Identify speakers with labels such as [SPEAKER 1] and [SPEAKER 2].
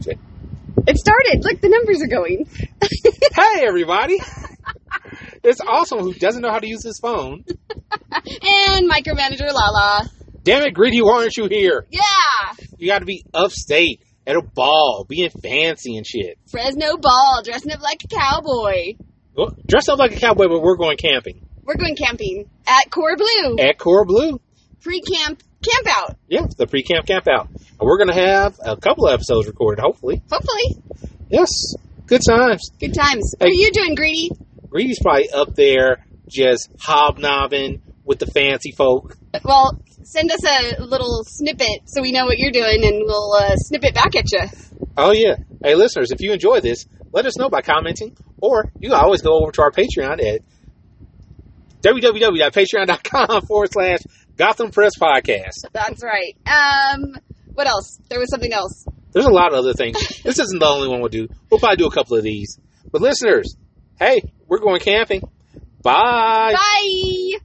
[SPEAKER 1] Say,
[SPEAKER 2] It started. Look, the numbers are going.
[SPEAKER 1] Hey, everybody! it's awesome who doesn't know how to use his phone.
[SPEAKER 2] And micromanager Lala.
[SPEAKER 1] Damn it, Greedy, why aren't you here?
[SPEAKER 2] Yeah.
[SPEAKER 1] You gotta be upstate, at a ball, being fancy and shit.
[SPEAKER 2] Fresno Ball dressing up like a cowboy.
[SPEAKER 1] Go- Dress up like a cowboy, but we're going camping.
[SPEAKER 2] We're going camping at Core Blue.
[SPEAKER 1] At Core Blue.
[SPEAKER 2] Pre camp camp out.
[SPEAKER 1] Yeah, the pre camp camp out. And we're gonna have a couple of episodes recorded, hopefully.
[SPEAKER 2] Hopefully.
[SPEAKER 1] Yes, good times.
[SPEAKER 2] Good times. What are
[SPEAKER 1] Hey.
[SPEAKER 2] you doing, Greedy?
[SPEAKER 1] Greedy's probably up there just hobnobbing with the fancy folk.
[SPEAKER 2] Well, send us a little snippet so we know what you're doing and we'll uh, snip it back at you.
[SPEAKER 1] Oh yeah. Hey listeners, if you enjoy this, let us know by commenting, or you can always go over to our Patreon at www.patreon.com forward slash Gotham Press Podcast.
[SPEAKER 2] That's right. Um, what else? There was something else.
[SPEAKER 1] There's a lot of other things. This isn't the only one we'll do. We'll probably do a couple of these. But listeners, hey, we're going camping. Bye.
[SPEAKER 2] Bye.